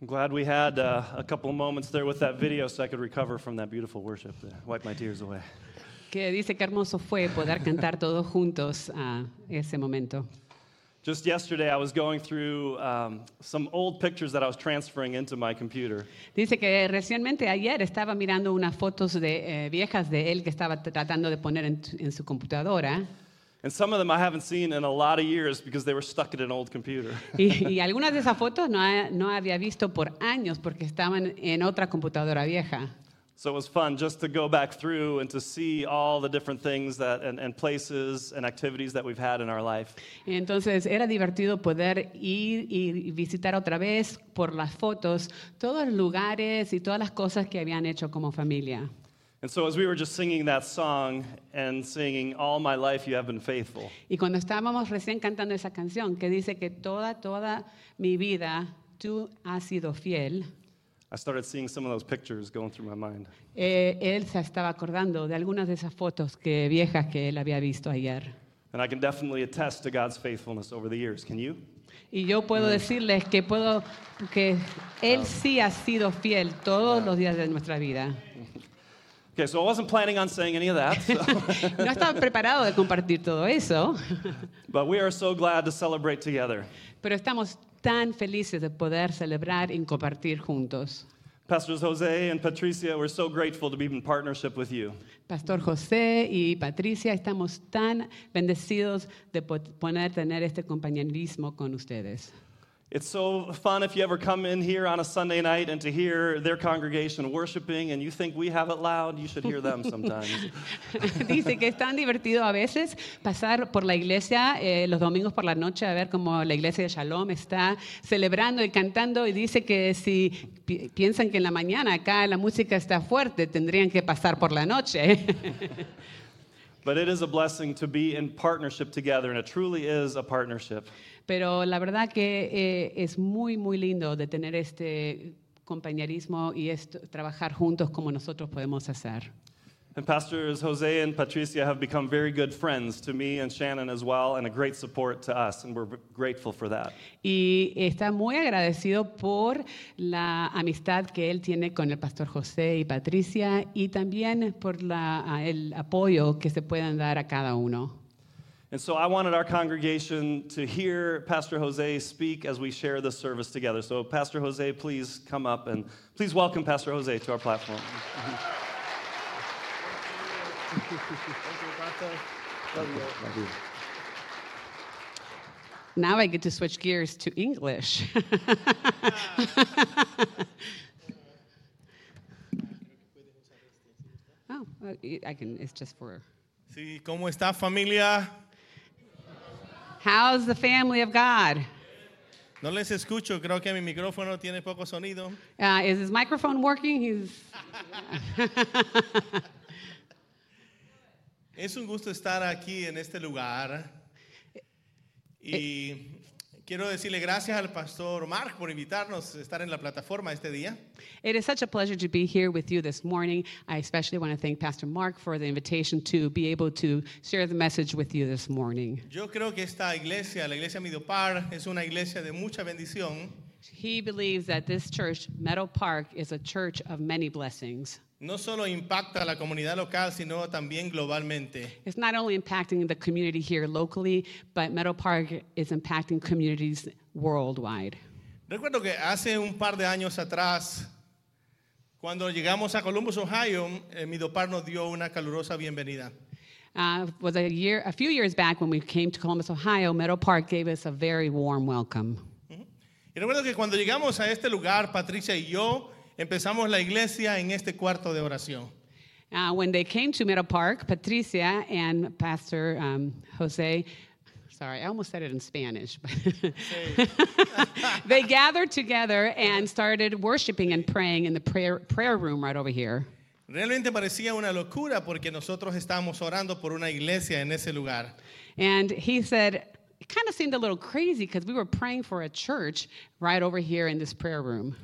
I'm glad we had uh, a couple of moments there with that video so I could recover from that beautiful worship. There. Wipe my tears away. que dice que hermoso fue poder cantar todos juntos a ese momento. Just yesterday, I was going through um, some old pictures that I was transferring into my computer. Dice que recientemente ayer estaba mirando unas fotos de, eh, viejas de él que estaba t- tratando de poner en, t- en su computadora And some of them I haven't seen in a lot of years because they were stuck at an old computer. y, y algunas de esas fotos no, ha- no había visto por años porque estaban en otra computadora vieja. So it was fun just to go back through and to see all the different things that, and, and places and activities that we've had in our life. Entonces era divertido poder ir y visitar otra vez por las fotos todos los lugares y todas las cosas que habían hecho como familia. And so as we were just singing that song and singing, All My Life You Have Been Faithful, Y cuando estábamos recién cantando esa canción que dice que toda, toda mi vida tú has sido fiel, I started seeing some of those pictures going through my mind. eh, él se estaba acordando de algunas de esas fotos que, viejas que él había visto ayer. And I can definitely attest to God's faithfulness over the years. Can you? Y yo puedo decirles que, puedo, que él sí ha sido fiel todos los días de nuestra vida. Okay, so I wasn't planning on saying any of that, so- No estaba preparado de compartir todo eso, but we are so glad to celebrate together. pero estamos tan felices de poder celebrar y compartir juntos. Pastors Jose and Patricia, we're so grateful to be in partnership with you. Pastor José y Patricia, estamos tan bendecidos de po- poder tener este compañerismo con ustedes. It's so fun if you ever come in here on a Sunday night and to hear their congregation worshiping and you think we have it loud, you should hear them sometimes. Dice que es tan divertido a veces pasar por la iglesia eh, los domingos por la noche a ver cómo la iglesia de Shalom está celebrando y cantando y dice que si pi- piensan que en la mañana acá la música está fuerte, tendrían que pasar por la noche. but it is a blessing to be in partnership together, and it truly is a partnership. Pero la verdad que eh, es muy, muy lindo de tener este compañerismo y esto- trabajar juntos como nosotros podemos hacer. And Pastors Jose and Patricia have become very good friends to me and Shannon as well, and a great support to us, and we're grateful for that. Y está muy agradecido por la amistad que él tiene con el pastor José y Patricia y también por la- el apoyo que se puedan dar a cada uno. And so I wanted our congregation to hear Pastor Jose speak as we share this service together. So, Pastor Jose, please come up and please welcome Pastor Jose to our platform. Now I get to switch gears to English. oh, well, I can, it's just for. Sí, ¿cómo está familia? How's the family of God? No les escucho, creo que mi micrófono tiene poco sonido. Uh, is his microphone working? He's, Es un gusto estar aquí en este lugar. Y quiero decirle gracias al pastor Mark por invitarnos a estar en la plataforma este día. it is such a pleasure to be here with you this morning. I especially want to thank Pastor Mark for the invitation to be able to share the message with you this morning. Yo creo que esta iglesia, la iglesia Midopar, es una iglesia de mucha bendición, He believes that this church, Meadow Park, is a church of many blessings. no solo impacta a la comunidad local, sino también globalmente. It's not only impacting the community here locally, but Meadow Park is impacting communities worldwide. Recuerdo que hace un par de años atrás, cuando llegamos a Columbus, Ohio, eh, Midopar nos dio una calurosa bienvenida. Uh, was a year, a few years back when we came to Columbus, Ohio. Meadow Park gave us a very warm welcome. Y recuerdo que cuando llegamos a este lugar, Patricia y yo empezamos la iglesia en este cuarto de oración. Uh, when they came to Meadow Park, Patricia and Pastor um, Jose, sorry, I almost said it in Spanish, but they gathered together and started worshiping and praying in the prayer, prayer room right over here. Realmente parecía una locura porque nosotros estábamos orando por una iglesia en ese lugar. And he said, it kind of seemed a little crazy because we were praying for a church right over here in this prayer room.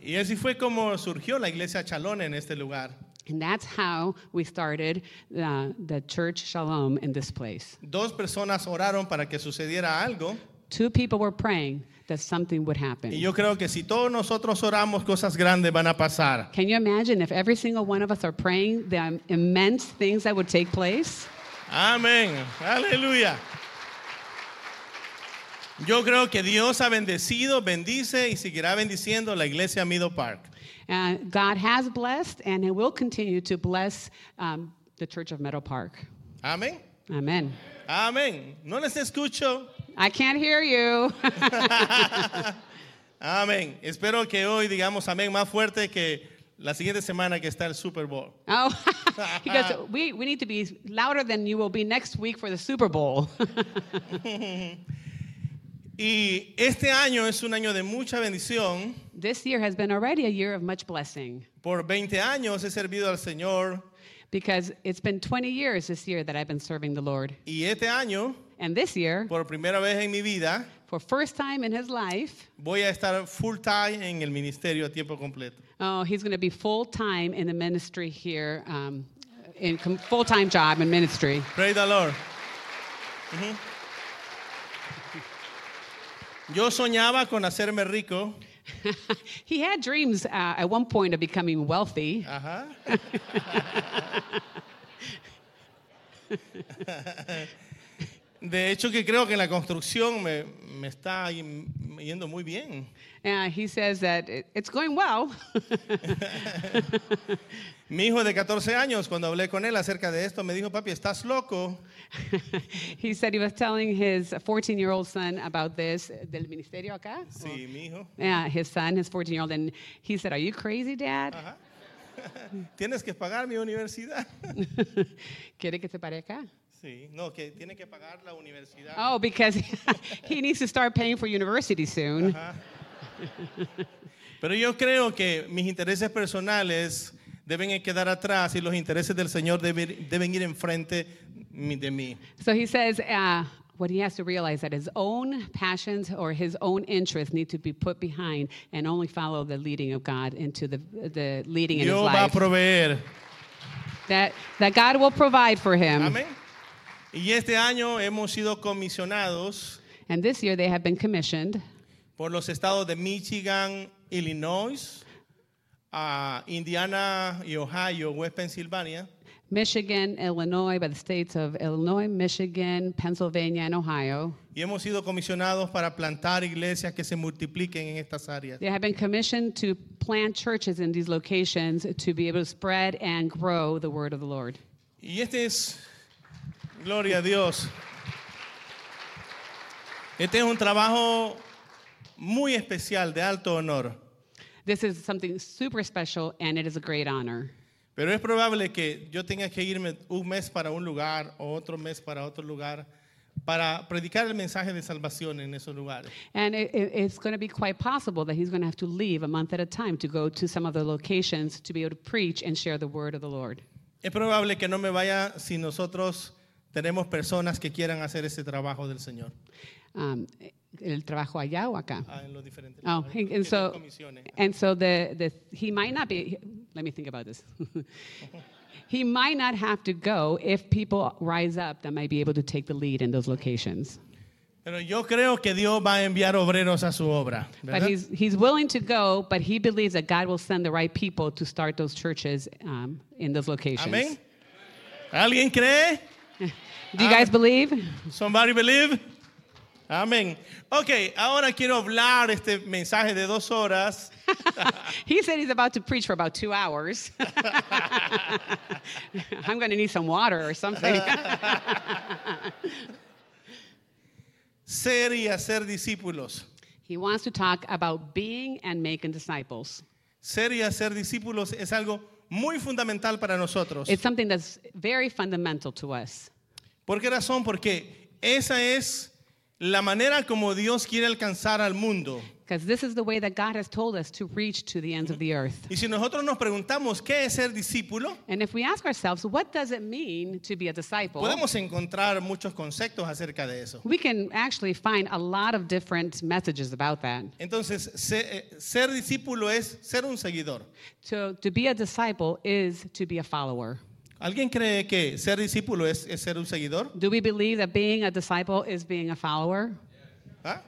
Y así fue como surgió la iglesia Chalón en este lugar. And that's how we started uh, the church Shalom in this place. Dos personas oraron para que sucediera algo Two people were praying that something would happen. Y yo creo que si todos nosotros oramos, cosas grandes van a pasar. Can you imagine if every single one of us are praying the um, immense things that would take place? Amén. Aleluya. Yo creo que Dios ha bendecido, bendice y seguirá bendiciendo la iglesia Middle Park. Uh, God has blessed and He will continue to bless um, the Church of Meadow Park. Amén. Amen. Amén. No les escucho. I can't hear you. Amén. Espero que hoy digamos amén más fuerte que la siguiente semana que está el Super Bowl. oh, he goes, we, we need to be louder than you will be next week for the Super Bowl. Y este año es un año de mucha bendición. this year has been already a year of much blessing Por 20 años he servido al Señor because it's been 20 years this year that I've been serving the Lord. y este año, And this year, por primera vez en mi vida, for first time in his life, voy a estar full time en el ministerio a tiempo completo. Oh, he's going to be full time in the ministry here, um, in com- full time job in ministry. Praise the Lord. Ujú. Yo soñaba con hacerme rico. he had dreams uh, at one point of becoming wealthy. Ajá. De hecho, que creo que en la construcción me, me está y- yendo muy bien. Uh, he says that it, it's going well. Mi hijo de 14 años, cuando hablé con él acerca de esto, me dijo, papi, estás loco. he said he was telling his 14 year old son about this, del ministerio acá. Sí, mi hijo. Yeah, his son, his 14 year old. And he said, Are you crazy, dad? Ajá. Tienes que pagar mi universidad. ¿Quiere que se pare acá? Sí, no, que tiene que pagar la universidad. Oh, because he needs to start paying for university soon. Uh-huh. Pero yo creo que mis intereses personales deben quedar atrás y los intereses del Señor deben, deben ir enfrente mi- de mí. So he says, uh, what he has to realize that his own passions or his own interests need to be put behind and only follow the leading of God into the, the leading in his Dios va a life. proveer. that, that God will provide for him. Amén. Y este año hemos sido comisionados And this year they have been commissioned por los estados de Michigan, Illinois, ah, Indiana y Ohio, West Pennsylvania, Michigan, Illinois, by the states of Illinois, Michigan, Pennsylvania, and Ohio. y hemos sido comisionados para plantar iglesias que se multipliquen en estas áreas. They have been commissioned to plant churches in these locations to be able to spread and grow the word of the Lord. Y este es, gloria a Dios, este es un trabajo muy especial, de alto honor, This is something super special, and it is a great honor. pero es probable que yo tenga que irme un mes para un lugar o otro mes para otro lugar para predicar el mensaje de salvación en esos lugares. And it, it- it's going to be quite possible that he's going to have to leave a month at a time to go to some of the locations to be able to preach and share the word of the Lord. Es probable que no me vaya si nosotros tenemos personas que quieran hacer ese trabajo del Señor Um, el trabajo allá o acá? ah, en los diferentes Oh, lugares, and, en and las so, comisiones. and so the, the he might not be. he- Let me think about this. he might not have to go if people rise up that might be able to take the lead in those locations. Pero yo creo que Dios va a enviar obreros a su obra. But ¿verdad? he's he's willing to go, but he believes that God will send the right people to start those churches um, in those locations. Amén. ¿Alguien cree? Do you guys believe? Somebody believe? Amén. Ok, ahora quiero hablar este mensaje de dos horas. He said he's about to preach for about two hours. I'm going to need some water or something. Ser y hacer discípulos. he wants to talk about being and making disciples. Ser y hacer discípulos es algo muy fundamental para nosotros. It's something that's very fundamental to us. ¿Por qué razón? Porque esa es la manera como Dios quiere alcanzar al mundo. Because this is the way that God has told us to reach to the ends of the earth. Y si nosotros nos preguntamos qué es ser discípulo, And if we ask ourselves, what does it mean to be a disciple? podemos encontrar muchos conceptos acerca de eso. We can actually find a lot of different messages about that. Entonces, se- eh, ser discípulo es ser un seguidor. So, to be a disciple is to be a follower. ¿Alguien cree que ser discípulo es, es ser un seguidor? Do we believe that being a disciple is being a follower? ¿Ah?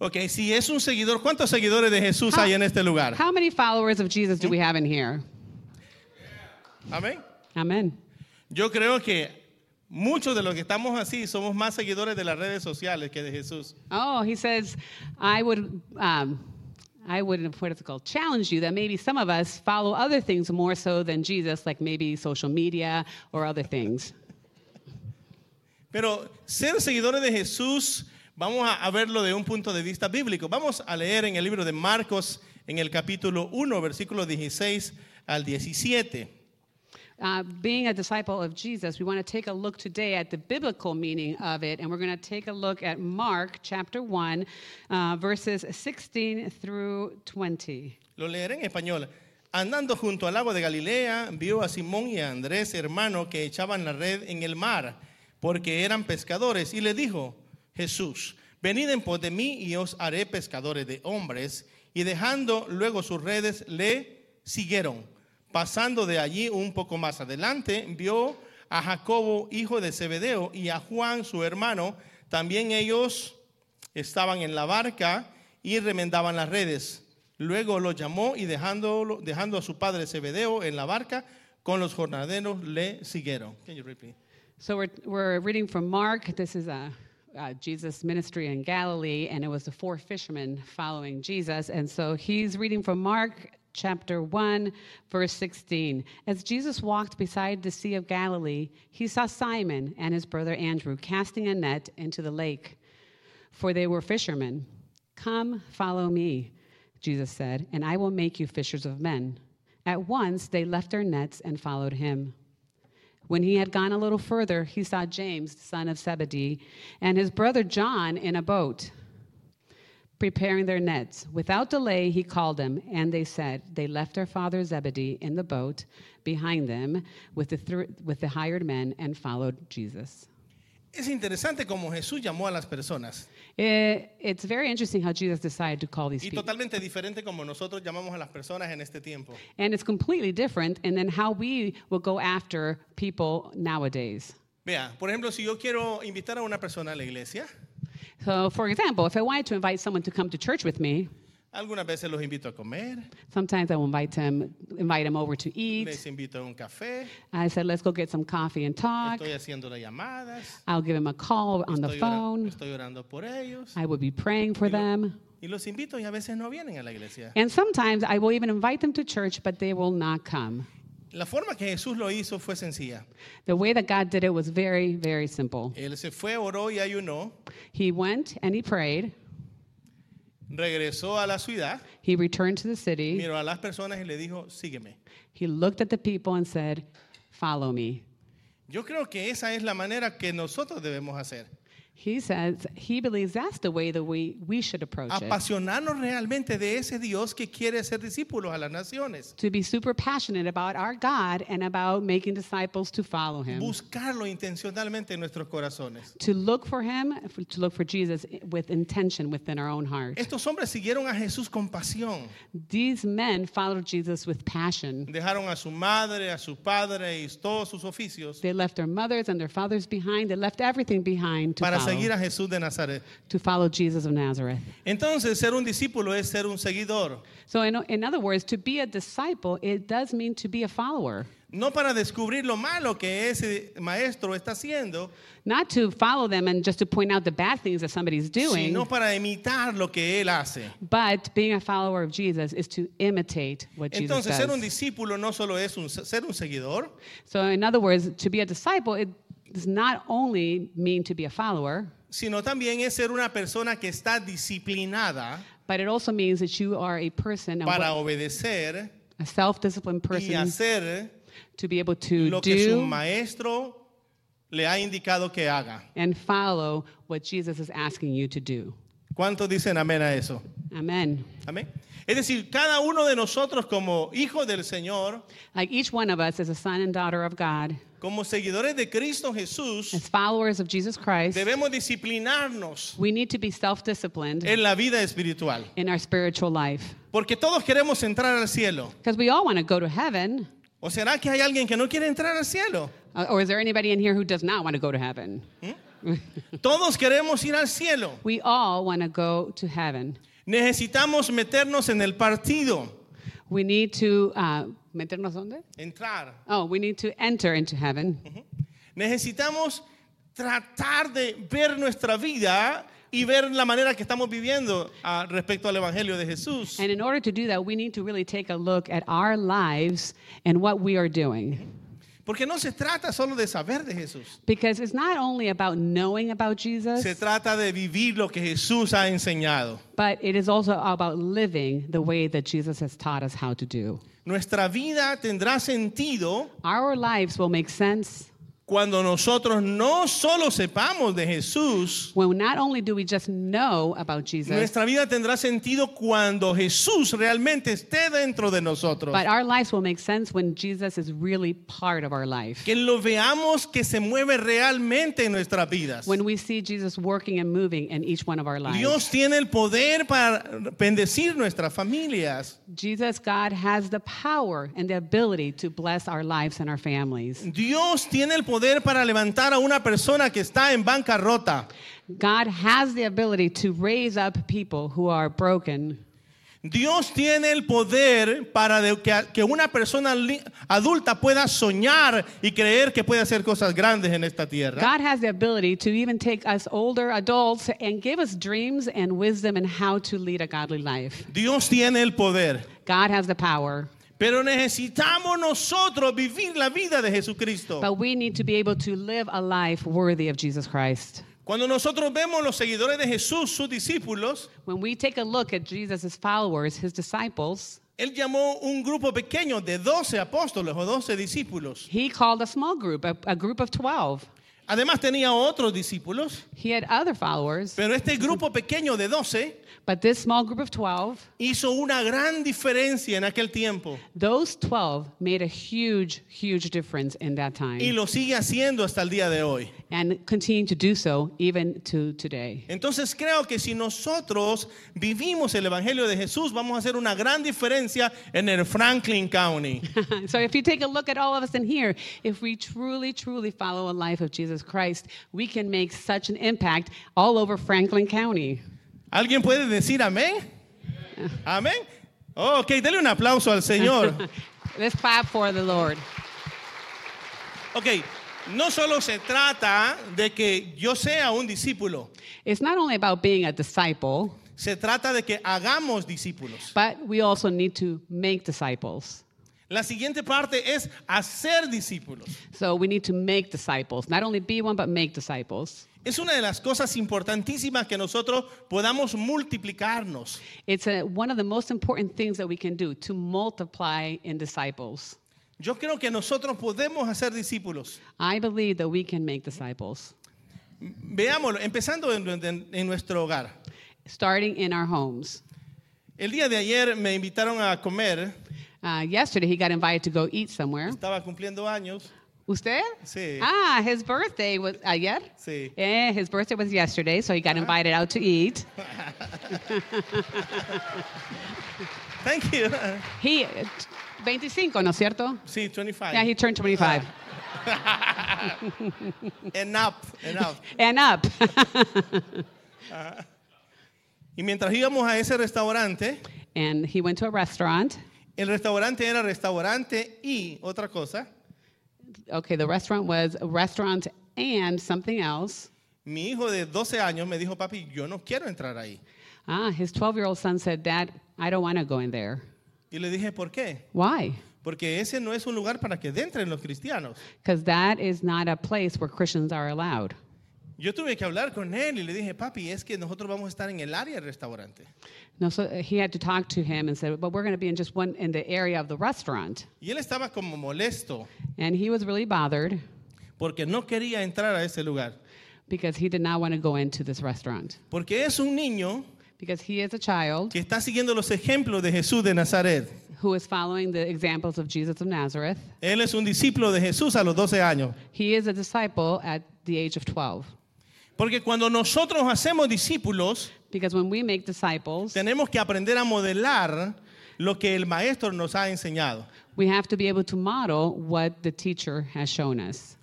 Ok, si es un seguidor, ¿cuántos seguidores de Jesús hay en este lugar? How many followers of Jesus do we have in here? Amén. Amen. Yo creo que muchos de los que estamos así somos más seguidores de las redes sociales que de Jesús. Oh, he says, I would, um, I would, what is it called, challenge you that maybe some of us follow other things more so than Jesus, like maybe social media or other things. Pero ser seguidores de Jesús, vamos a, a verlo de un punto de vista bíblico. Vamos a leer en el libro de Marcos, en el capítulo 1, versículo 16 al 17. Uh, being a disciple of Jesus, we want to take a look today at the biblical meaning of it, and we're going to take a look at Mark chapter 1, uh, verses 16 through 20. Lo leeré en español. Andando junto al lago de Galilea, vio a Simón y a Andrés, hermano, que echaban la red en el mar, porque eran pescadores. Y le dijo Jesús, venid en pos de mí y os haré pescadores de hombres. Y dejando luego sus redes, le siguieron. Pasando de allí un poco más adelante, vio a Jacobo, hijo de Zebedeo, y a Juan, su hermano. También ellos estaban en la barca y remendaban las redes. Luego los llamó y dejándolo- dejando a su padre Zebedeo en la barca, con los jornaderos le siguieron. Can you read, please? So we're, we're reading from Mark. This is uh uh, Jesus' ministry in Galilee, and it was the four fishermen following Jesus. And so he's reading from Mark chapter 1, verse 16. As Jesus walked beside the Sea of Galilee, he saw Simon and his brother Andrew casting a net into the lake, for they were fishermen. Come, follow me, Jesus said, and I will make you fishers of men. At once they left their nets and followed him. When he had gone a little further, he saw James, son of Zebedee, and his brother John in a boat, preparing their nets. Without delay, he called them, and they said, They left their father Zebedee in the boat behind them with the, thr with the hired men and followed Jesus. Es interesante como Jesús llamó a las personas It, it's very interesting how Jesus decided to call these y people. totalmente diferente como nosotros llamamos a las personas en este tiempo. And it's completely different, and then how we will go after people nowadays. Vea, por ejemplo, si yo quiero invitar a una persona a la iglesia, So, for example, if I wanted to invite someone to come to church with me, algunas veces los invito a comer, Sometimes I will invite him, invite him over to les eat. invito a un café, I said, let's go get some coffee and talk. estoy haciendo las llamadas. I'll give him a call on the estoy, ora- phone. estoy orando por ellos. I will be praying for them. Y los invito y a veces no vienen a la iglesia. And sometimes I will even invite them to church, but they will not come. La forma que Jesús lo hizo fue sencilla. The way that God did it was very, very simple. Él se fue, oró y ayunó, He went and he prayed. regresó a la ciudad, He returned to the city. miró a las personas y le dijo, sígueme. He looked at the people and said, Follow me. Yo creo que esa es la manera que nosotros debemos hacer. He says he believes that's the way that we, we should approach Ah, it. Apasionarnos realmente de ese Dios que quiere hacer discípulos a las naciones. To be super passionate about our God and about making disciples to follow him. Buscarlo intencionalmente en nuestros corazones. to look for him, to look for Jesus with intention within our own heart. Estos hombres siguieron a Jesús con pasión. These men followed Jesus with passion. Dejaron a su madre, a su padre y todos sus oficios They left their mothers and their fathers behind. They left everything behind to para seguir follow, a Jesús de Nazaret. to follow Jesus of Nazareth. Entonces, ser un discípulo es ser un seguidor, So, in, in other words, to be a disciple, it does mean to be a follower. no para descubrir lo malo que ese maestro está haciendo, Not to follow them and just to point out the bad things that somebody's doing, sino para imitar lo que él hace. but being a follower of Jesus is to imitate what Jesus Entonces, ser un does. discípulo no solo es un- ser un seguidor, So, in other words, to be a disciple, it does not only mean to be a follower, sino también es ser una persona que está disciplinada But it also means that you are a person, a, para obedecer a self-disciplined y person, hacer to be able to lo que su do maestro le ha indicado que haga. and follow what Jesus is asking you to do. ¿Cuántos dicen amén a eso? Amen. Amén. Es decir, cada uno de nosotros como hijos del Señor, Like each one of us is a son and daughter of God, como seguidores de Cristo Jesús, as followers of Jesus Christ, debemos disciplinarnos we need to be self-disciplined en la vida espiritual, in our spiritual life porque todos queremos entrar al cielo. because we all want to go to heaven. ¿O será que hay alguien que no quiere entrar al cielo? Uh, or is there anybody in here who does not want to go to heaven? Todos queremos ir al cielo. We all want to go to heaven. Necesitamos meternos en el partido, We need to uh, meternos donde? entrar. Oh, we need to enter into heaven. Necesitamos tratar de ver nuestra vida y ver la manera que estamos viviendo ah, respecto al Evangelio de Jesús. And in order to do that, we need to really take a look at our lives and what we are doing. Porque no se trata solo de saber de Jesús. Because it's not only about knowing about Se Jesus, trata de vivir lo que Jesús ha enseñado. but it is also about living the way that Jesus has taught us how to do. Nuestra vida tendrá sentido Our lives will make sense cuando nosotros no solo sepamos de Jesús, when not only do we just know about Jesus, nuestra vida tendrá sentido cuando Jesús realmente esté dentro de nosotros. but our lives will make sense when Jesus is really part of our life. Que lo veamos que se mueve realmente en nuestras vidas. When we see Jesus working and moving in each one of our lives. Dios tiene el poder para bendecir nuestras familias. Jesus, God, has the power and the ability to bless our lives and our families. Dios tiene el poder para levantar a una persona que está en bancarrota. God has the ability to raise up people who are broken. Dios tiene el poder para de- que, que una persona li- adulta pueda soñar y creer que puede hacer cosas grandes en esta tierra. God has the ability to even take us older adults and give us dreams and wisdom and how to lead a godly life. Dios tiene el poder. God has the power, Pero necesitamos nosotros vivir la vida de Jesucristo. but we need to be able to live a life worthy of Jesus Christ. Cuando nosotros vemos los seguidores de Jesús, sus discípulos, When we take a look at Jesus' followers, his disciples, él llamó un grupo pequeño de 12 apóstoles o 12 discípulos. he called a small group, a, a group of 12. Además tenía otros discípulos, He had other followers, pero este grupo pequeño de 12 but this small group of 12 hizo una gran diferencia en aquel tiempo. Those 12 made a huge, huge difference in that y time lo sigue haciendo hasta el día de hoy. and continue to do so even to today. Entonces creo que si nosotros vivimos el Evangelio de Jesús, vamos a hacer una gran diferencia en el Franklin County. so, if you take a look at all of us in here, if we truly, truly follow a life of Jesus Christ, we can make such an impact all over Franklin County. ¿Alguien puede decir amén? ¿Amén? Oh, ok, dale un aplauso al Señor. Let's clap for the Lord. Ok, no solo se trata de que yo sea un discípulo, It's not only about being a disciple, se trata de que hagamos discípulos. but we also need to make disciples. La siguiente parte es hacer discípulos. So, we need to make disciples, not only be one, but make disciples. Es una de las cosas importantísimas que nosotros podamos multiplicarnos. It's a, one of the most important things that we can do to multiply in disciples. Yo creo que nosotros podemos hacer discípulos. I believe that we can make disciples, Veámoslo, empezando en, en- en nuestro hogar. starting in our homes. El día de ayer me invitaron a comer. Uh, yesterday, he got invited to go eat somewhere. Estaba cumpliendo años. Usted? Sí. Ah, his birthday was uh, ayer? Sí. Ah. Eh, his birthday was yesterday, so he got invited out to eat. Thank you. He, 25, ¿no es cierto? Sí, 25. Yeah, he turned 25. Enough, enough. And up. Y mientras íbamos a ese restaurante, and he went to a restaurant. el restaurante era restaurante y otra cosa. Okay, the restaurant was a restaurant and something else. Mi hijo de 12 años me dijo, papi, yo no quiero entrar ahí. Ah, his 12 year old son said, Dad, I don't want to go in there. Y le dije, ¿por qué? Why? Porque ese no es un lugar para que entren los cristianos. Because that is not a place where Christians are allowed. Yo tuve que hablar con él y le dije, papi, es que nosotros vamos a estar en el área del restaurante. No, so uh, he had to talk to him and said, But we're going to be in just one in the area of the restaurant. Y él estaba como molesto And he was really bothered porque no quería entrar a ese lugar. because he did not want to go into this restaurant. Porque es un niño Because he is a child que está siguiendo los ejemplos de Jesús de Nazaret. who is following the examples of Jesus of Nazareth. Él es un discípulo de Jesús a los 12 años. He is a disciple at the age of 12. Porque cuando nosotros hacemos discípulos, Because when we make disciples, tenemos que aprender a modelar lo que el maestro nos ha enseñado. we have to be able to model what the teacher has shown us.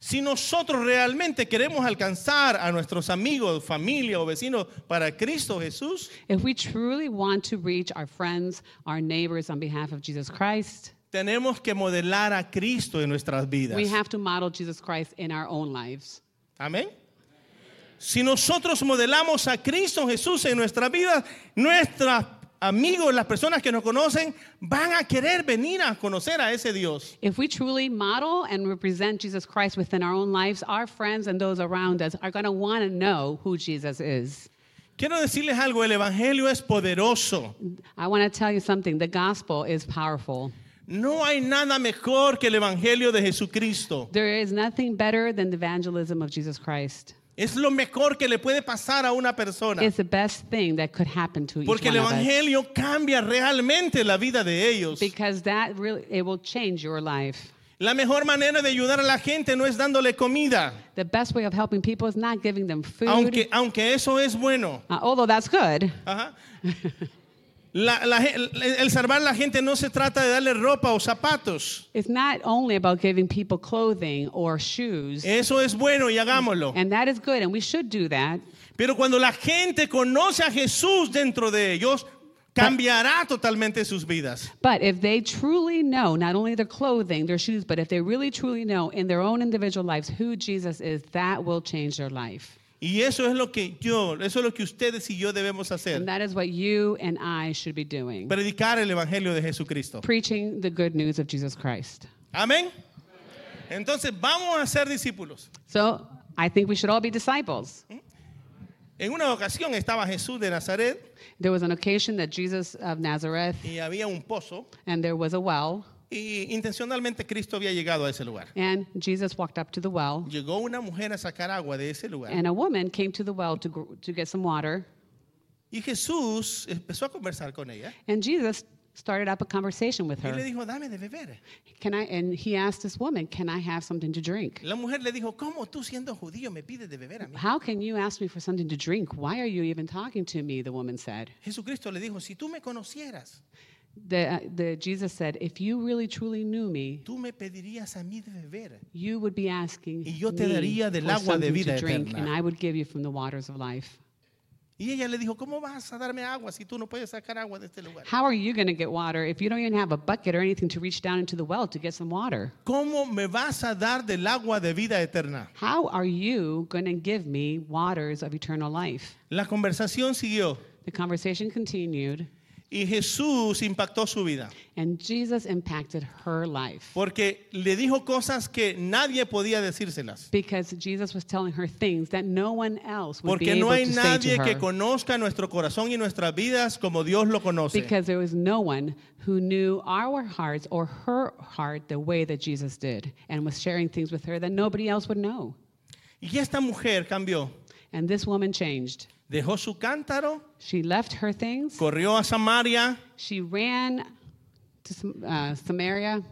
Si nosotros realmente queremos alcanzar a nuestros amigos, familia o vecinos para Cristo Jesús, If we truly want to reach our friends, our neighbors on behalf of Jesus Christ, tenemos que modelar a Cristo en nuestras vidas. we have to model Jesus Christ in our own lives. Amén. Si nosotros modelamos a Cristo Jesús en nuestra vida, nuestros amigos, las personas que nos conocen, van a querer venir a conocer a ese Dios. If we truly model and represent Jesus Christ within our own lives, our friends and those around us are going to want to know who Jesus is. Quiero decirles algo, el Evangelio es poderoso. I want to tell you something the gospel is powerful. No hay nada mejor que el Evangelio de Jesucristo. There is nothing better than the evangelism of Jesus Christ. Es lo mejor que le puede pasar a una persona. It's the best thing that could happen to each one Porque el of us. Evangelio cambia realmente la vida de ellos. Because that really it will change your life. La mejor manera de ayudar a la gente no es dándole comida, The best way of helping people is not giving them food. aunque, aunque eso es bueno. Uh, although that's good. Ajá. La- la ge- el, el salvar a la gente no se trata de darle ropa o zapatos. It's not only about giving people clothing or shoes. Eso es bueno y hagámoslo. and that is good, and we should do that. Pero cuando la gente conoce a Jesús dentro de ellos, cambiará totalmente sus vidas. But if they truly know not only their clothing, their shoes, but if they really truly know in their own individual lives who Jesus is, that will change their life. Y eso es lo que yo, eso es lo que ustedes y yo debemos hacer. And that is what you and I should be doing Predicar el Evangelio de Jesucristo. preaching the good news of Jesus Christ. Amén. Entonces vamos a ser discípulos. So I think we should all be disciples. En una ocasión estaba Jesús de Nazaret There was an occasion that Jesus of Nazareth, y había un pozo and there was a well, y intencionalmente Cristo había llegado a ese lugar. and Jesus walked up to the well, Llegó una mujer a sacar agua de ese lugar and a woman came to the well to, gr- to get some water, y Jesús empezó a conversar con ella and Jesus started up a conversation with y le her. dijo, dame de beber. Can I? And he asked this woman, "Can I have something to drink?" La mujer le dijo, ¿cómo tú siendo judío me pides de beber a mí? How can you ask me for something to drink? Why are you even talking to me? The woman said. Jesucristo le dijo, si tú me conocieras, The, uh, the Jesus said, "If you really truly knew me, tú me pedirías a mí de beber. you would be asking Y yo te me daría del for agua de something vida to drink, eterna." and I would give you from the waters of life." Y ella le dijo, ¿cómo vas a darme agua si tú no puedes sacar agua de este lugar? How are you going to get water if you don't even have a bucket or anything to reach down into the well to get some water? ¿Cómo me vas a dar del agua de vida eterna? How are you going to give me waters of eternal life? La conversación siguió The conversation continued, y Jesús impactó su vida and Jesus impacted her life porque le dijo cosas que nadie podía decírselas. because Jesus was telling her things that no one else would be Porque able no hay to say to nadie que her. conozca nuestro corazón y nuestras vidas como Dios lo conoce. Because there was no one who knew our hearts or her heart the way that Jesus did, and was sharing things with her that nobody else would know. Y esta mujer cambió. And this woman changed. Dejó su cántaro, She left her things. corrió a Samaria She ran to Sam- uh, Samaria,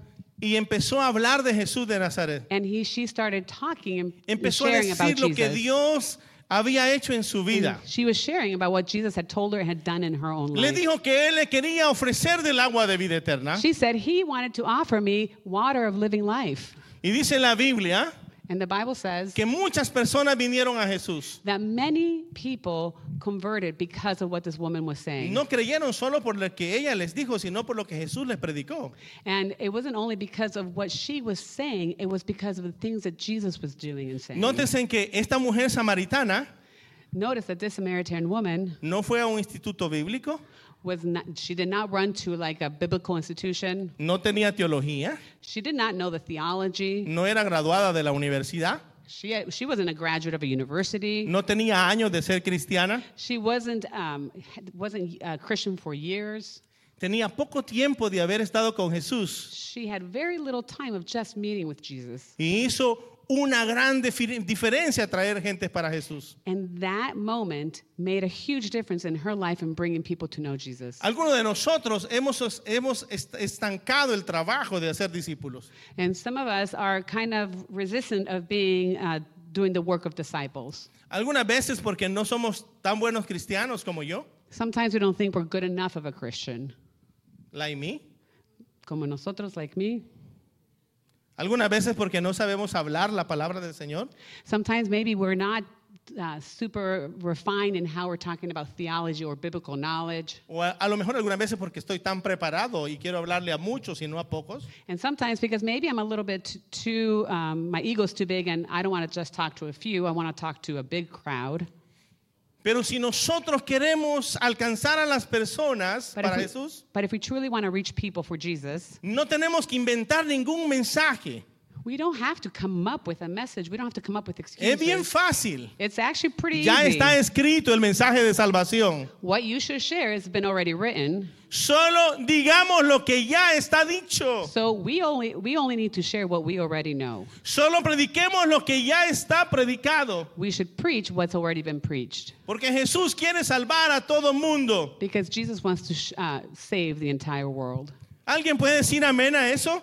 y empezó a hablar de Jesús de Nazaret. and he, she started talking and, and Empezó a sharing about decir lo que Jesus. Mm. Dios había hecho en su vida. She was sharing about what Jesus had told her and had done in her own Le life. dijo que él le quería ofrecer del agua de vida eterna. She said, He wanted to offer me water of living life. Y dice la Biblia And the Bible says que muchas personas vinieron a Jesús. that many people converted because of what this woman was saying. No creyeron solo por lo que ella les dijo, sino por lo que Jesús les predicó. And it wasn't only because of what she was saying, it was because of the things that Jesus was doing and saying. Nótense en que esta mujer samaritana Notice that this Samaritan woman no fue a un instituto bíblico, was not, she did not run to like a biblical institution. no tenía teología, She did not know the theology. no era graduada de la universidad, She, she wasn't a graduate of a university. no tenía años de ser cristiana, She wasn't um, had- wasn't a Christian for years. tenía poco tiempo de haber estado con Jesús She had very little time of just meeting with Jesus. y hizo una gran difi- diferencia traer gente para Jesús. And that moment made a huge difference in her life in bringing people to know Jesus. Algunos de nosotros hemos, hemos est- estancado el trabajo de hacer discípulos. And some of us are kind of resistant of being uh, doing the work of disciples. Algunas veces porque no somos tan buenos cristianos como yo, Sometimes we don't think we're good enough of a Christian. la y mí. Como nosotros, like me. Algunas veces porque no sabemos hablar la palabra del Señor, Sometimes maybe we're not uh, super refined in how we're talking about theology or biblical knowledge. o a, a lo mejor algunas veces porque estoy tan preparado y quiero hablarle a muchos y no a pocos. And sometimes because maybe I'm a little bit t- too, um, my ego's too big and I don't want to just talk to a few, I want to talk to a big crowd. Pero si nosotros queremos alcanzar a las personas But, para if, we, Jesús, but if we truly want to reach people for Jesus, no tenemos que inventar ningún mensaje. we don't have to come up with a message. We don't have to come up with Es excuses. bien fácil. It's actually pretty Ya easy. está escrito el mensaje de salvación. What you should share has been already written. Solo digamos lo que ya está dicho. So we only, we only need to share what we already know. Solo prediquemos lo que ya está predicado. We should preach what's already been preached. Porque Jesús quiere salvar a todo mundo. Because Jesus wants to sh- uh, save the entire world. ¿Alguien puede decir amén a eso?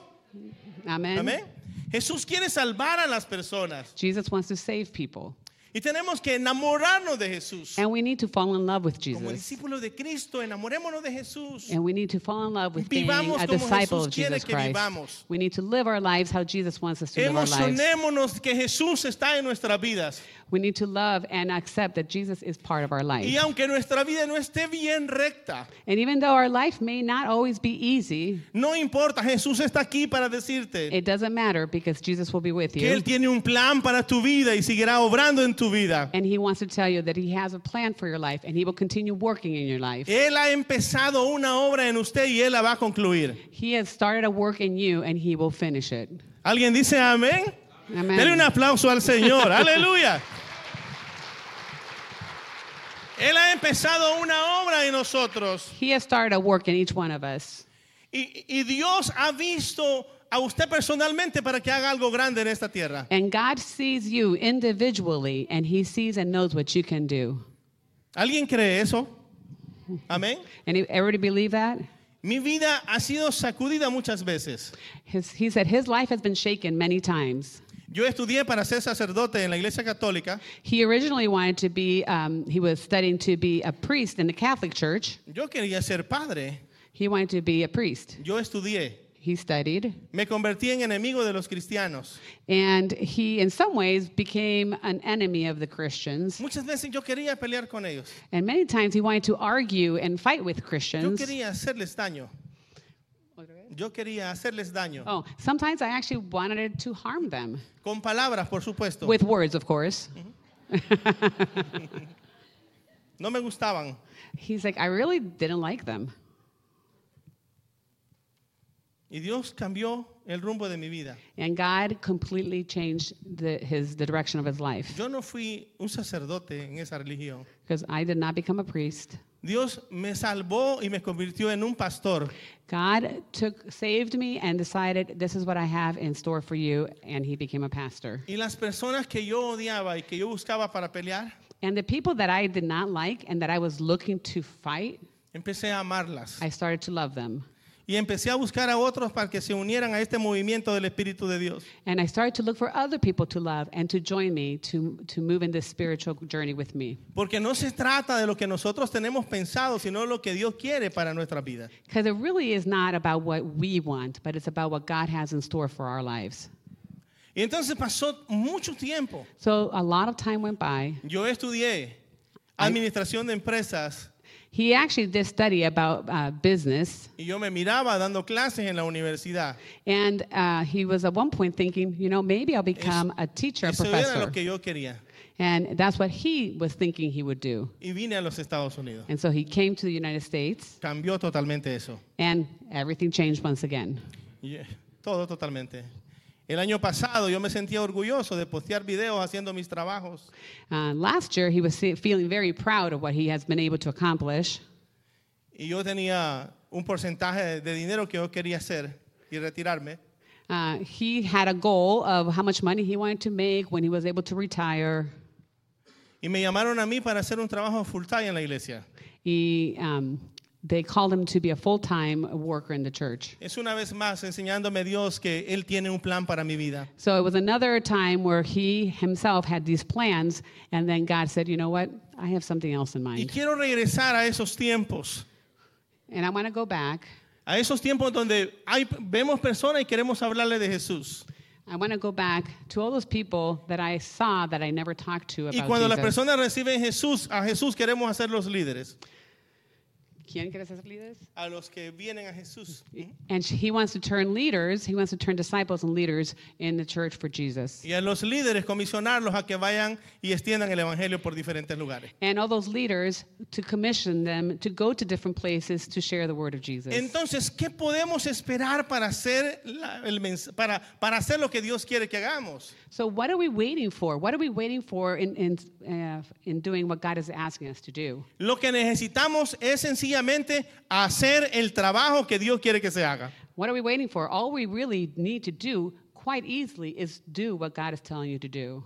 Amen? Amén. Jesús quiere salvar a las personas. Jesus wants to save people. Y tenemos que enamorarnos de Jesús. And we need to fall in love with Como Jesus. discípulos de Cristo, enamorémonos de Jesús. And we need to fall in love with being Vivamos a como disciple Jesús of quiere Jesus que vivamos. Christ. We need to live our lives how Jesus wants us to live our lives. Emocionémonos que Jesús está en nuestras vidas. We need to love and accept that Jesus is part of our Y life. aunque nuestra vida no esté bien recta, And even though our life may not always be easy, no importa, Jesús está aquí para decirte it doesn't matter because Jesus will be with que you. Él tiene un plan para tu vida y seguirá obrando en tu vida. And he wants to tell you that he has a plan for your life and he will continue working in your life. Él ha empezado una obra en usted y Él la va a concluir. He has started a work in you and he will finish it. ¿Alguien dice amén? Amén. Dele un aplauso al Señor. Aleluya. Él ha empezado una obra en nosotros. He has started a work in each one of us. Y, y Dios ha visto a usted personalmente para que haga algo grande en esta tierra. And God sees you individually and he sees and knows what you can do. ¿Alguien cree eso? Amén. And everybody believe that? Mi vida ha sido sacudida muchas veces. His, he said his life has been shaken many times. Yo estudié para ser sacerdote en la iglesia católica. He originally wanted to be, um, he was studying to be a priest in the Catholic Church. Yo quería ser padre. He wanted to be a priest. Yo estudié. He studied. Me convertí en enemigo de los cristianos. And he, in some ways, became an enemy of the Christians. Muchas veces yo quería pelear con ellos. And many times he wanted to argue and fight with Yo Christians. quería hacerles daño. Yo quería hacerles daño. Oh, sometimes I actually wanted to harm them Con palabras, por supuesto. with words, of course. Mm-hmm. No me gustaban. He's like, I really didn't like them. Y Dios cambió el rumbo de mi vida. And God completely changed the, his, the direction of his life Yo no fui un sacerdote en esa religión. because I did not become a priest. Dios me salvó y me convirtió en un pastor. God took, saved me and decided this is what I have in store for you. And he became a pastor. Y las personas que yo odiaba y que yo buscaba para pelear, And the people that I did not like and that I was looking to fight, empecé a amarlas. I started to love them. Y empecé a buscar a otros para que se unieran a este movimiento del Espíritu de Dios. And I started to look for other people to love and to join me to, to move in this spiritual journey with me. Porque no se trata de lo que nosotros tenemos pensado, sino lo que Dios quiere para nuestra vida. Because it really is not about what we want, but it's about what God has in store for our lives. Y entonces pasó mucho tiempo. So a lot of time went by. Yo estudié administración de empresas He actually did study about uh, business, y yo me miraba dando clases en la universidad. and uh, he was at one point thinking, you know, maybe I'll become a teacher, a Eso era lo professor. que yo quería. And that's what he was thinking he would do. Y vine a los Estados Unidos. And so he came to the United States, Cambió totalmente eso. and everything changed once again. Y- eh, Todo totalmente. El año pasado yo me sentía orgulloso de postear videos haciendo mis trabajos. Uh, last year, he was se- feeling very proud of what he has been able to accomplish. Y yo tenía un porcentaje de dinero que yo quería hacer y retirarme. Uh, he had a goal of how much money he wanted to make when he was able to retire. Y me llamaron a mí para hacer un trabajo full time en la iglesia. He, um, they called him to be a full time worker in the church. Es una vez más enseñándome Dios que Él tiene un plan para mi vida. So it was another time where he himself had these plans, and then God said, You know what? I have something else in Y mind. quiero regresar a esos tiempos, And I want to go back a esos tiempos donde hay, vemos personas y queremos hablarle de Jesús. I want to go back to all those people that I saw that I never talked to Y about cuando las Jesus. personas reciben Jesús, a Jesús queremos hacer los líderes. ¿Quién quiere ser líderes? A los que vienen a Jesús. And he wants to turn leaders, he wants to turn disciples and leaders in the church for Jesus. Y a los líderes comisionarlos a que vayan y extiendan el evangelio por diferentes lugares. And all those leaders to commission them to go to different places to share the word of Jesus. Entonces, ¿qué podemos esperar para hacer, la- el mens- para, para hacer lo que Dios quiere que hagamos? so, what are we waiting for? What are we waiting for in, in, uh, in doing what God is asking us to do? Lo que necesitamos es sencillamente hacer el trabajo que Dios quiere que se haga. What are we waiting for? All we really need to do quite easily is do what God is telling you to do.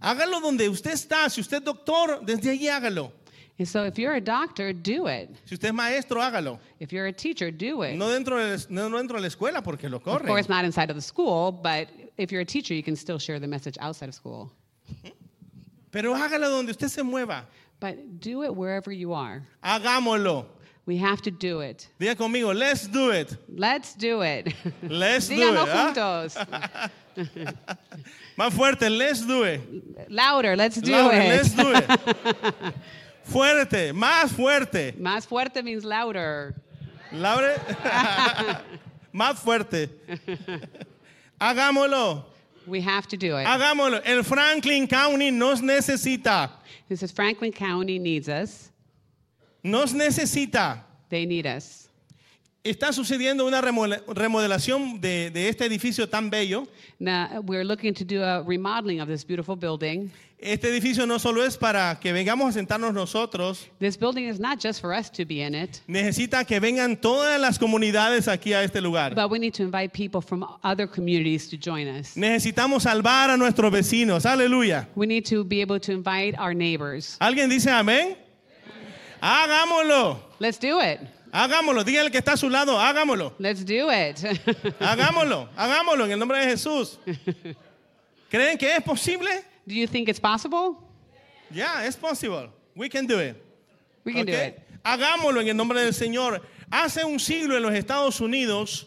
Hágalo donde usted está. Si usted es doctor, desde allí hágalo. And so, if you're a doctor, do it. Si usted es maestro, hágalo. If you're a teacher, do it. No dentro de, la- no dentro de la escuela porque lo of corren. course, not inside of the school, but if you're a teacher, you can still share the message outside of school. Pero hágalo donde usted se mueva. But do it wherever you are. Hagámoslo. We have to do it. Diga conmigo, let's do it. Let's do it. Let's do it. Díganlo ¿ah? juntos. Más fuerte, let's do it. Louder, let's do Laura, it. let's do it. fuerte, más fuerte. Más fuerte means louder. Laure, más fuerte. Hagámoslo. We have to do it. Hagámoslo. El Franklin County nos necesita. This is Franklin County needs us. Nos necesita. They need us. Está sucediendo una remole- remodelación de, de este edificio tan bello. Now, we're looking to do a remodeling of this beautiful building. Este edificio no solo es para que vengamos a sentarnos nosotros, This building is not just for us to be in it, necesita que vengan todas las comunidades aquí a este lugar. but we need to invite people from other communities to join us. Necesitamos salvar a nuestros vecinos. Aleluya. We need to be able to invite our neighbors. ¿Alguien dice amén? Hagámoslo. Let's do it. Hagámoslo. Dígale al que está a su lado, hágámoslo. Let's do it. Hagámoslo. Hagámoslo en el nombre de Jesús. ¿Creen que es posible? Do you think it's possible? Ya, es posible. We can do it. We can do Ok. it. Hagámoslo en el nombre del Señor. Hace un siglo en los Estados Unidos,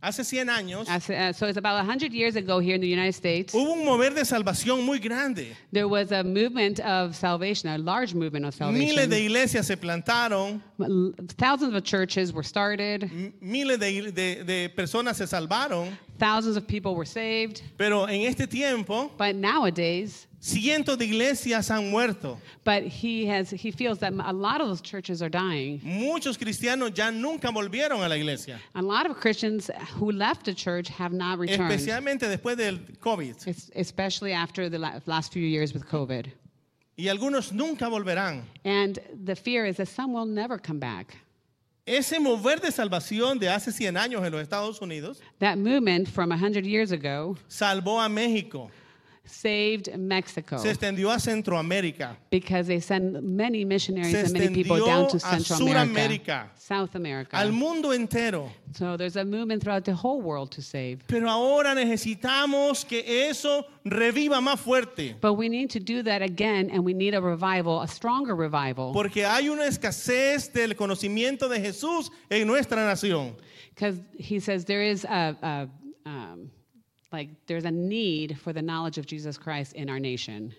hace 100 años, As- uh, so it's about 100 years ago here in the United States, hubo un mover de salvación muy grande. there was a movement of salvation, a large movement of Miles de salvation. iglesias se plantaron, L- Thousands of churches were started. m- miles de, de- de personas se salvaron, Thousands of people were saved. pero en este tiempo But nowadays, cientos de iglesias han muerto. but he has he feels that a lot of those churches are dying. Muchos cristianos ya nunca volvieron a la iglesia, A lot of Christians who left the church have not returned, especialmente después del COVID. es- especially after the la- last few years with COVID. Y algunos nunca volverán. And the fear is that some will never come back. Ese mover de salvación de hace 100 años en los Estados Unidos That movement from 100 years ago salvó a México, saved Mexico se extendió a Centroamérica, because they send many missionaries Se and many people down to extendió a Central Sur America, América. South America. al mundo entero. so there's a movement throughout the whole world to save. Pero ahora necesitamos que eso reviva más fuerte, But we need to do that again, and we need a revival, a stronger revival, porque hay una escasez del conocimiento de Jesús en nuestra nación. because he says there is a, a um, like there's a need for the knowledge of Jesus Christ in our nation.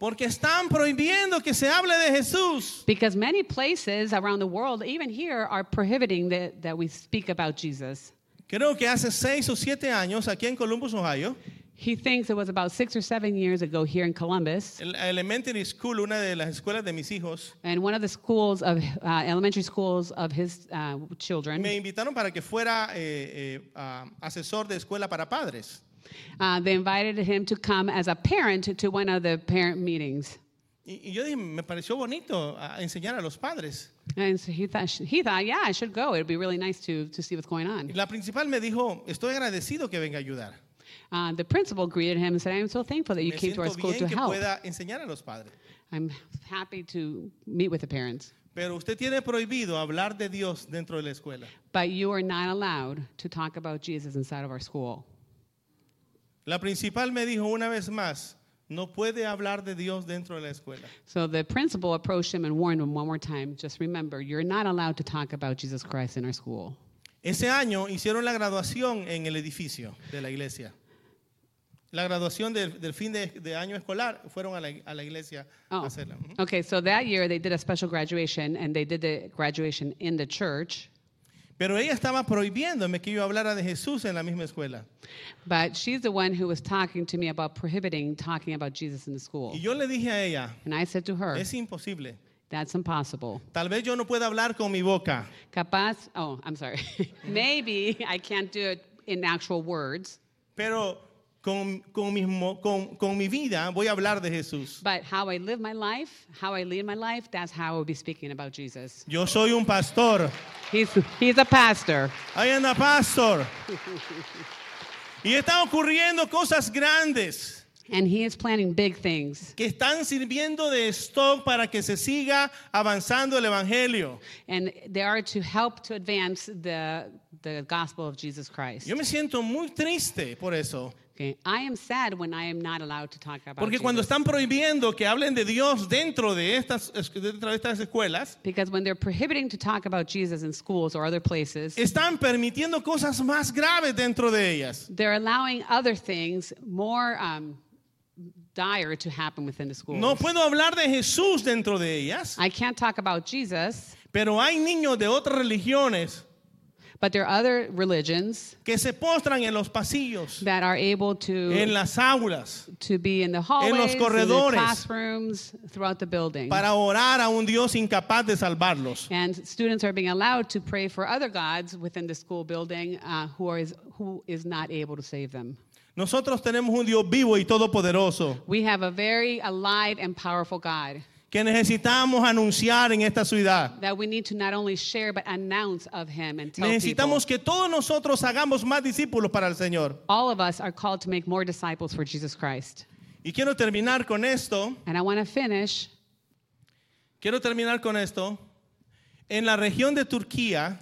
Porque están prohibiendo que se hable de Jesús. Because many places around the world, even here, are prohibiting that, that we speak about Jesus. Creo que hace seis o siete años, aquí en Columbus, Ohio, He thinks it was about six or seven years ago here in Columbus, el Elementary School, una de las escuelas de mis hijos, and one of the schools of uh, elementary schools of his uh, me children, invitaron para que fuera eh, eh, ah, asesor de escuela para padres. uh, they invited him to come as a parent to one of the parent meetings. Y, y yo dije, me pareció bonito ah, enseñar a los padres. And so he thought, he thought, yeah, I should go. It'd be really nice to, to see what's going Y on. la principal me dijo, estoy agradecido que venga a ayudar. Uh, the principal greeted him and said, I'm so thankful that you me came to our siento school to bien que help. pueda enseñar a los padres. I'm happy to meet with the parents. Pero usted tiene prohibido hablar de Dios dentro de la escuela. But you are not allowed to talk about Jesus inside of our school. La principal me dijo una vez más, no puede hablar de Dios dentro de la escuela. So the principal approached him and warned him one more time just remember, you're not allowed to talk about Jesus Christ in our school. Ese año hicieron la graduación en el edificio de la iglesia. La graduación del, del fin de, de año escolar fueron a la, a la iglesia a Oh, hacerla. Ujú. okay. So that year they did a special graduation, and they did the graduation in the church. Pero ella estaba prohibiéndome que yo hablara de Jesús en la misma escuela. But she's the one who was talking to me about prohibiting talking about Jesus in the school. Y yo le dije a ella, And I said to her, es imposible. that's impossible. Tal vez yo no pueda hablar con mi boca, Capaz, oh, I'm sorry. Maybe I can't do it in actual words, pero con, con mis mo- con- con mi vida voy a hablar de Jesús. but how I live my life, how I lead my life, that's how I will be speaking about Jesus. Yo soy un pastor. He's, he's a pastor. I am a pastor. Y están ocurriendo cosas grandes And he is planning big things. que están sirviendo de stop para que se siga avanzando el evangelio. And they are to help to advance the, the gospel of Jesus Christ. Yo me siento muy triste por eso, Okay. I am sad when I am not allowed to talk about porque cuando Jesus. están prohibiendo que hablen de Dios dentro de estas dentro de estas escuelas, Because when they're prohibiting to talk about Jesus in schools or other places, están permitiendo cosas más graves dentro de ellas. they're allowing other things more um, dire to happen within the schools. No puedo hablar de Jesús dentro de ellas, I can't talk about Jesus, pero hay niños de otras religiones but there are other religions que se postran en los pasillos, that are able to en las aulas. to be in the hallways, in the corredores. classrooms, throughout the building. para orar a un Dios incapaz de salvarlos. and students are being allowed to pray for other gods within the school building uh, who, are, who is not able to save them. Nosotros tenemos un Dios vivo y todopoderoso We have a very alive and powerful God que necesitamos anunciar en esta ciudad. that we need to not only share but announce of Him and tell people. Necesitamos que todos nosotros hagamos más discípulos para el Señor. All of us are called to make more disciples for Jesus Christ. Y quiero terminar con esto, And I want to finish quiero terminar con esto. En la región de Turquía,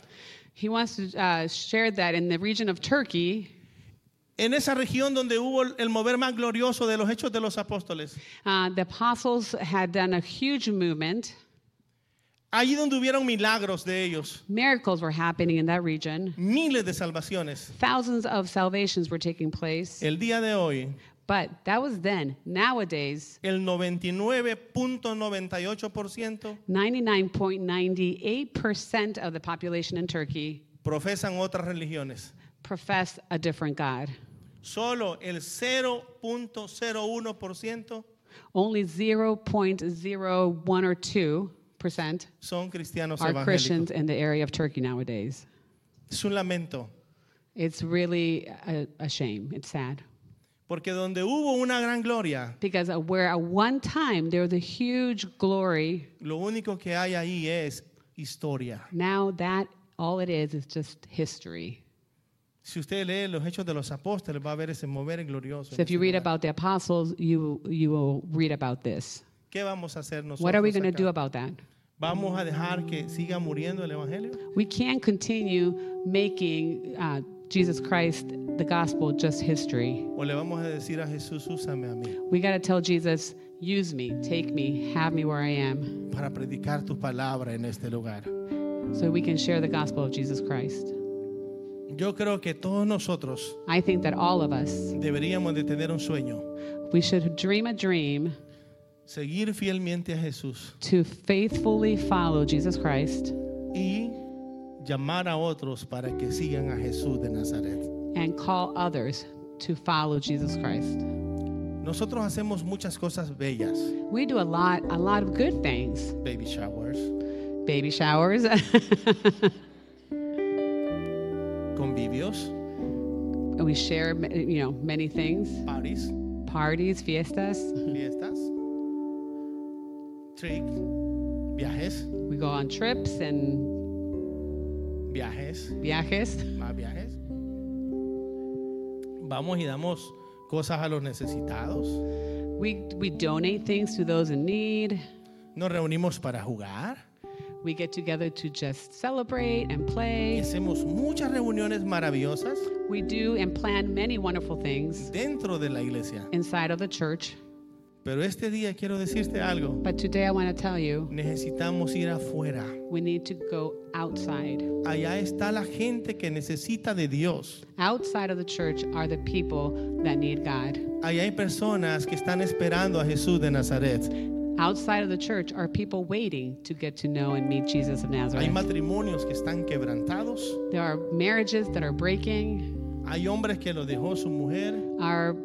He wants to uh, share that in the region of Turkey, en esa región donde hubo el mover más glorioso de los hechos de los apóstoles, uh, the apostles had done a huge movement. allí donde hubieron milagros de ellos, Miracles were happening in that region. miles de salvaciones. Thousands of salvations were taking place. El día de hoy, But that was then. Nowadays, el 99.98% 99.98% of the population in Turkey profesan otras religiones. profess a different God. Solo el 0.01% Only 0.01 or 2% son cristianos are evangélicos. Christians in the area of Turkey nowadays. Es un lamento, It's really a, a shame. It's sad. porque donde hubo una gran gloria, Because uh, where at one time there was a huge glory, lo único que hay ahí es historia. now that all it is is just history. Si usted lee los hechos de los apóstoles, va a ver ese mover glorioso. So if you read about the apostles, you you will read about this. ¿Qué vamos a hacer nosotros? What are we going to acá? do about that? ¿Vamos a dejar que siga muriendo el evangelio? We can't continue making uh, Jesus Christ the gospel just history. ¿O le vamos a decir a Jesús, úsame a mí We got to tell Jesus, use me, take me, have me where I am, para predicar tu palabra en este lugar? so we can share the gospel of Jesus Christ. Yo creo que todos nosotros I think that all of us deberíamos de tener un sueño, we should dream a dream seguir fielmente a Jesús to faithfully follow Jesus Christ y llamar a otros para que sigan a Jesús de Nazaret. and call others to follow Jesus Christ. Nosotros hacemos muchas cosas bellas, We do a lot a lot of good things. baby showers, baby showers, convivios, we share, you know, many things: parties, parties, fiestas. fiestas, trick, viajes, We go on trips and viajes, viajes. más viajes. Vamos y damos cosas a los necesitados. We we donate things to those in need. Nos reunimos para jugar. We get together to just celebrate and Y play. hacemos muchas reuniones maravillosas We do and plan many wonderful things dentro de la iglesia. inside of the church. Pero este día quiero decirte algo. But today I want to tell you Necesitamos ir afuera. we need to go outside. Allá está la gente que necesita de Dios. Outside of the church are the people that need God. Allá hay personas que están esperando a Jesús de Nazaret. Outside of the church are people waiting to get to know and meet Jesus of Hay Nazareth. matrimonios que están quebrantados. There are marriages that are breaking, Hay hombres que lo dejó su mujer. are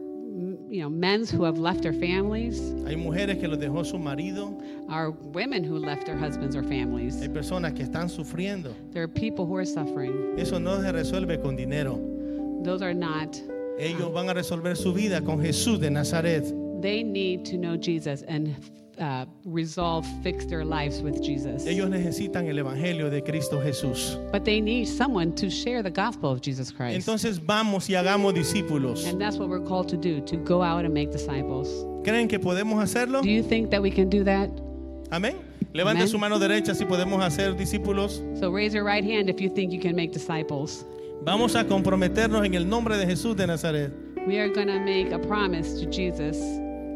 you know, men who have left their families, Hay mujeres que lo dejó su marido. are women who left their husbands or Hay families. personas que están sufriendo. There are people who are suffering. Eso no se resuelve con dinero. Those are not. Ellos van a resolver su vida con Jesús de Nazaret. They need to know Jesus and uh, resolve, fix their lives with Jesus. Ellos necesitan el Evangelio de Cristo Jesús. But they need someone to share the gospel of Jesus Christ. Entonces vamos y hagamos discípulos. And that's what we're called to do, to go out and make disciples. ¿Creen que podemos hacerlo? Do you think that we can do that? Amén. Levante Amén. su mano derecha si podemos hacer discípulos. So raise your right hand if you think you can make disciples. Vamos a comprometernos en el nombre de Jesús de Nazaret. We are going to make a promise to Jesus.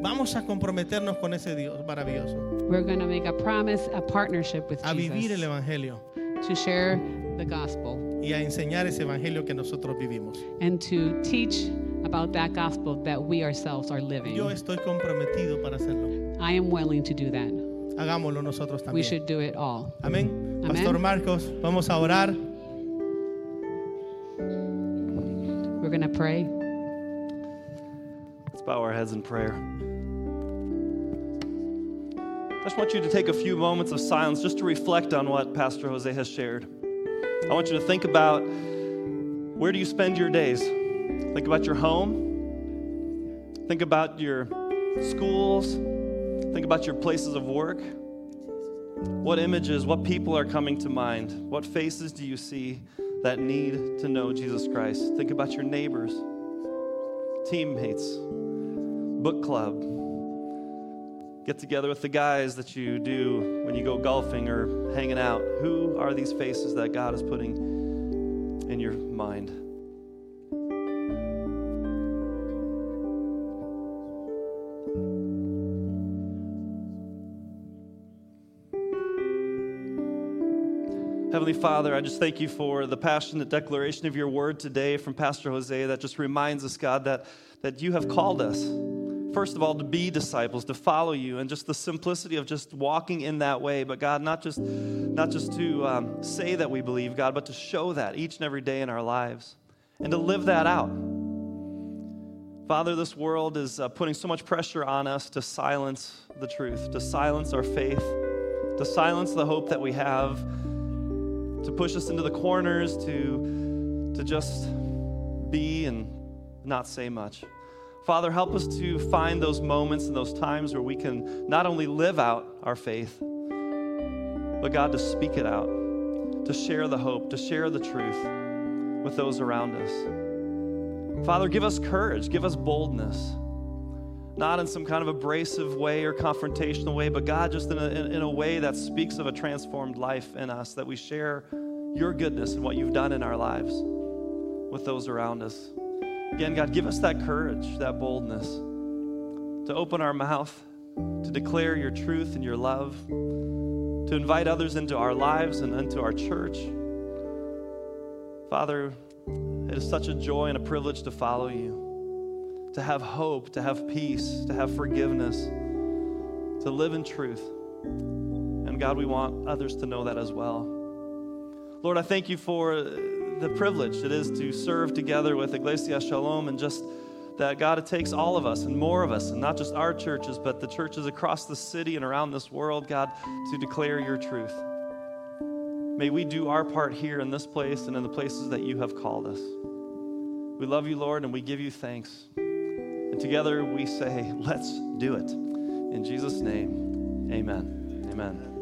Vamos a comprometernos con ese Dios maravilloso. We're going to make a promise, a partnership with A vivir el Jesus Evangelio to share the gospel y a enseñar ese Evangelio que nosotros vivimos. and to teach about that gospel that we ourselves are Yo living. estoy comprometido para hacerlo. I am willing to do that. Hagámoslo nosotros We también. should do it all. Amén. Amén. Pastor Marcos, vamos a orar. We're going to pray. Let's bow our heads in prayer. I just want you to take a few moments of silence just to reflect on what Pastor Jose has shared. I want you to think about where do you spend your days? Think about your home. Think about your schools. Think about your places of work. What images, what people are coming to mind? What faces do you see that need to know Jesus Christ? Think about your neighbors, teammates, book club. Get together with the guys that you do when you go golfing or hanging out. Who are these faces that God is putting in your mind? Heavenly Father, I just thank you for the passionate declaration of your word today from Pastor Jose that just reminds us, God, that, that you have called us, first of all, to be disciples, to follow you, and just the simplicity of just walking in that way. But God, not just, not just to um, say that we believe, God, but to show that each and every day in our lives and to live that out. Father, this world is uh, putting so much pressure on us to silence the truth, to silence our faith, to silence the hope that we have to push us into the corners, to, to just be and not say much. Father, help us to find those moments and those times where we can not only live out our faith, but God, to speak it out, to share the hope, to share the truth with those around us. Father, give us courage, give us boldness. Not in some kind of abrasive way or confrontational way, but God, just in a, in, in a way that speaks of a transformed life in us, that we share your goodness and what you've done in our lives with those around us. Again, God, give us that courage, that boldness to open our mouth, to declare your truth and your love, to invite others into our lives and into our church. Father, it is such a joy and a privilege to follow you, to have hope, to have peace, to have forgiveness, to live in truth. And God, we want others to know that as well. Lord, I thank you for uh, the privilege it is to serve together with Iglesia Shalom and just that, God, it takes all of us and more of us, and not just our churches, but the churches across the city and around this world, God, to declare your truth. May we do our part here in this place and in the places that you have called us. We love you, Lord, and we give you thanks. And together we say, let's do it. In Jesus' name, amen. Amen.